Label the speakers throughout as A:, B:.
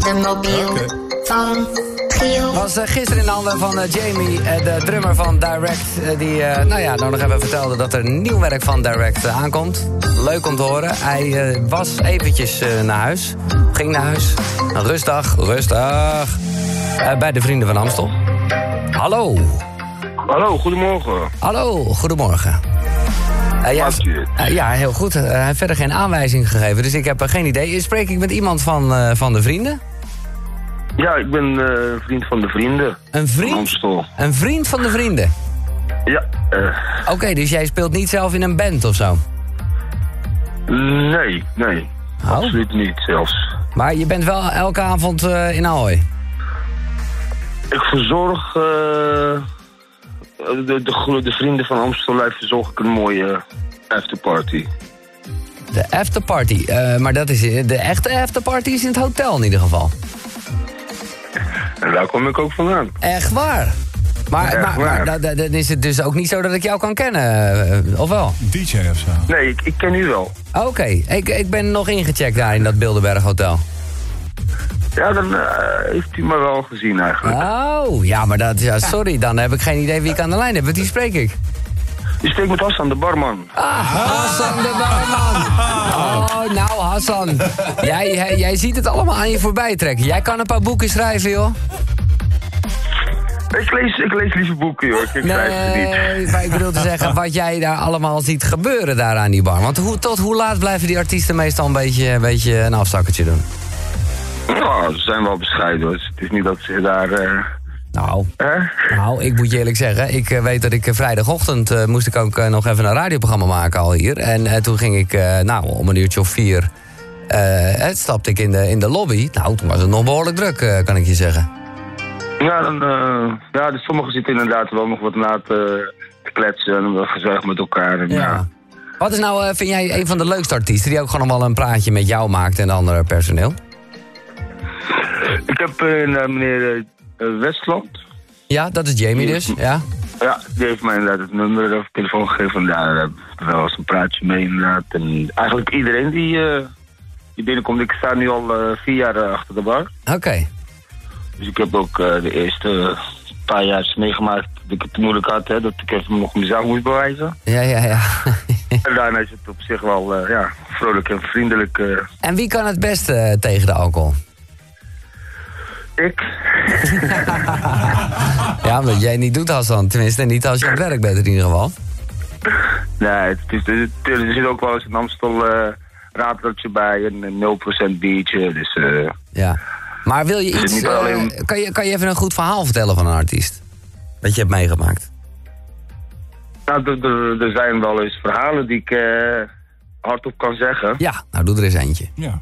A: de mobiel van Giel.
B: Was eh, gisteren in de handen van eh, Jamie, eh, de drummer van Direct. eh, die eh, nou ja, nou nog even vertelde dat er nieuw werk van Direct eh, aankomt. Leuk om te horen. Hij eh, was eventjes eh, naar huis. Ging naar huis. Nou, rustig, rustig. Eh, bij de vrienden van Amstel. Hallo.
C: Hallo, goedemorgen.
B: Hallo, goedemorgen. Eh, ja,
C: How's it?
B: eh, ja, heel goed. Eh, hij heeft verder geen aanwijzing gegeven, dus ik heb er geen idee. Spreek ik met iemand van, eh, van de vrienden?
C: Ja, ik ben eh, een vriend van de vrienden.
B: Een
C: Van
B: vriend?
C: Amstel.
B: Een vriend van de vrienden?
C: Ja, eh,
B: Oké, dus jij speelt niet zelf in een band of zo?
C: nee, nee.
B: Oh.
C: Absoluut niet zelfs.
B: Maar je bent wel elke avond eh, in Ahoy?
C: Ik verzorg eh, de, de, gro- de vrienden van Amstel Live verzorg ik een mooie eh, afterparty.
B: De afterparty. Eh maar dat is, eh, de echte afterparty is in het hotel in ieder geval.
C: En daar kom ik ook vandaan.
B: Echt waar? Maar,
C: Echt
B: maar, maar
C: waar.
B: da- da- dan is het dus ook niet zo dat ik jou kan kennen, eh, of wel?
D: DJ of zo.
C: Nee, ik, ik ken u wel.
B: Oké, ik, ik ben nog ingecheckt daar in dat Bilderberg Hotel.
C: Ja, dan eh, heeft u me wel gezien eigenlijk.
B: Oh, ja, maar dat, ja, sorry, dan heb ik geen idee wie ik aan de lijn heb, want die spreek ik.
C: Je steekt met Hassan, de barman.
B: Hassan de barman. Oh, nou Hassan. Jij, jij, jij ziet het allemaal aan je voorbij trekken. Jij kan een paar boeken schrijven, joh.
C: Ik lees, ik lees liever boeken, joh. Ik schrijf ze niet.
B: Nee, maar ik bedoel te zeggen wat jij daar allemaal ziet gebeuren daar aan die bar. Want hoe, tot hoe laat blijven die artiesten meestal een beetje een, beetje een afzakkertje doen?
C: Nou, ze zijn wel bescheiden, hoor. Het is niet dat ze daar... eh,
B: Nou,
C: hè?
B: nou, ik moet je eerlijk zeggen, ik eh, weet dat ik eh, vrijdagochtend eh, moest ik ook eh, nog even een radioprogramma maken al hier. En eh, toen ging ik, eh, nou, om een uurtje of vier, eh, het stapte ik in de, in de lobby. Nou, toen was het nog behoorlijk druk, eh, kan ik je zeggen.
C: Ja, dan, eh, ja dus sommigen zitten inderdaad wel nog wat na te, te kletsen en wel gezellig met elkaar. En, ja.
B: Wat is nou, eh, vind jij, een van de leukste artiesten die ook gewoon nog wel een praatje met jou maakt en de andere personeel?
C: Ik heb een eh, meneer eh, Westland,
B: Ja, dat is Jamie dus, ja.
C: ja, die heeft mij inderdaad het nummer of telefoon gegeven. En daar heb ik wel eens een praatje mee inderdaad. En eigenlijk iedereen die, eh, die binnenkomt, ik sta nu al eh, vier jaar eh, achter de bar.
B: Oké.
C: Dus ik heb ook eh, de eerste paar jaar meegemaakt dat ik het te moeilijk had, hè, dat ik even nog mijn zaak moest bewijzen.
B: Ja, ja, ja.
C: En daarna is het op zich wel eh, ja, vrolijk en vriendelijk. eh,
B: En wie kan het beste eh, tegen de alcohol?
C: ik
B: Ja, omdat jij niet doet, Hassan. Tenminste, niet als je aan het werk bent in ieder geval.
C: Nee, het is, het is- er zit ook wel eens een Amstel eh raadlatje bij en een 0% biertje. Dus eh,
B: Ja. Maar wil je
C: Dus
B: iets...
C: niet alleen-
B: eh, kan, je, kan je even een goed verhaal vertellen van een artiest? Dat je hebt meegemaakt.
C: nou, er- er- er zijn wel eens verhalen die ik eh, hardop kan zeggen.
B: Ja, nou doe er eens eentje.
D: Ja.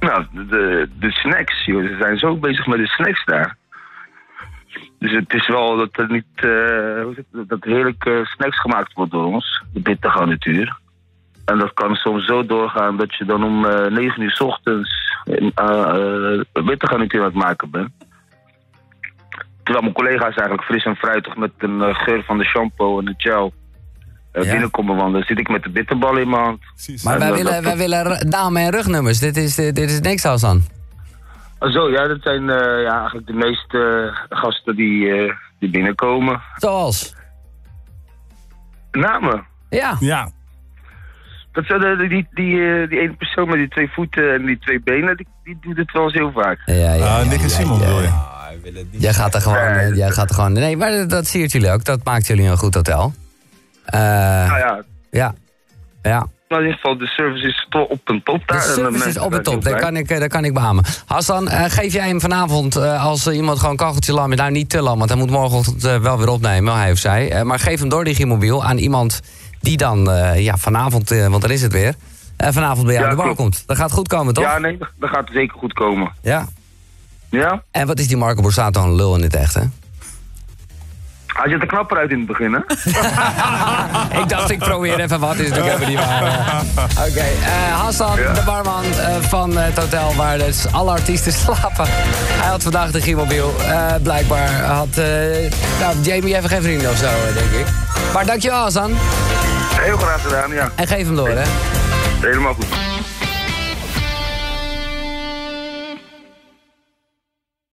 C: Nou, de- de, de snacks, joh, ze zijn zo bezig met de snacks daar. Dus het is wel dat er niet, eh, hoe zeg je dat, dat heerlijke snacks gemaakt wordt door ons, de bittergarnituur. En dat kan soms zo doorgaan dat je dan om eh 9 uur 's ochtends een eh eh, bittergarnituur aan het maken bent. Terwijl mijn collega's eigenlijk fris en fruitig met een eh, geur van de shampoo en de gel eh,
B: Ja.
C: binnenkomen wandelen. Zit ik met de bitterbal in mijn hand.
D: Precies.
B: Maar
C: Ja,
B: wij
C: dat-
B: willen,
C: dat-
B: wij willen r- namen en rugnummers. Dit is, dit, dit is niks, Hassan.
C: Ah, Zo, ja, dat zijn eh, ja, eigenlijk de meeste eh, gasten die, eh, die binnenkomen.
B: Zoals.
C: Namen.
B: Ja.
D: Ja.
C: Dat zijn de- die, die, die, eh, die ene persoon met die twee voeten en die twee benen, die, die doet het wel eens heel vaak.
B: Ja, ja, ja,
D: Ah, Nick
B: ja,
D: en Simon
B: ja,
D: bedoel
B: ja.
D: je.
B: Jij gaat er gewoon,
C: Nee.
B: eh, jij gaat er gewoon... Nee, maar dat, dat siert jullie ook. Dat maakt jullie een goed hotel. Eh,
C: Nou ja,
B: ja. Ja.
C: maar in ieder geval, de service is to- op een top daar.
B: De
C: en
B: service is
C: mensen
B: op de
C: zijn
B: top,
C: heel
B: dat
C: blij.
B: kan ik, eh, dat kan ik beamen. Hassan, eh, geef jij hem vanavond, eh, als eh, iemand gewoon kacheltje lam is, nou niet te lam, want hij moet morgenochtend eh, wel weer opnemen, hij of zij. eh, maar geef hem door Digimobiel aan iemand die dan eh, ja, vanavond, eh, want daar is het weer, eh, vanavond bij jou aan
C: Ja,
B: de bar
C: klopt.
B: komt. Dat gaat goed komen, toch?
C: Ja, nee, dat- dat gaat zeker goed komen.
B: Ja.
C: Ja?
B: En wat is die Marco Borsato een lul in het echt, hè?
C: Hij zit er knapper uit in het begin, hè?
B: ik dacht, ik probeer even wat, is natuurlijk even niet waar. eh. Oké, eh, Hassan, de barman eh, van het hotel waar dus alle artiesten slapen. Hij had vandaag de Gimobiel. Eh blijkbaar had eh, nou, Jamie even geen vrienden of zo, eh, denk ik. Maar dankjewel, Hassan.
C: Heel graag gedaan, ja.
B: En geef hem door, hè.
C: Helemaal goed.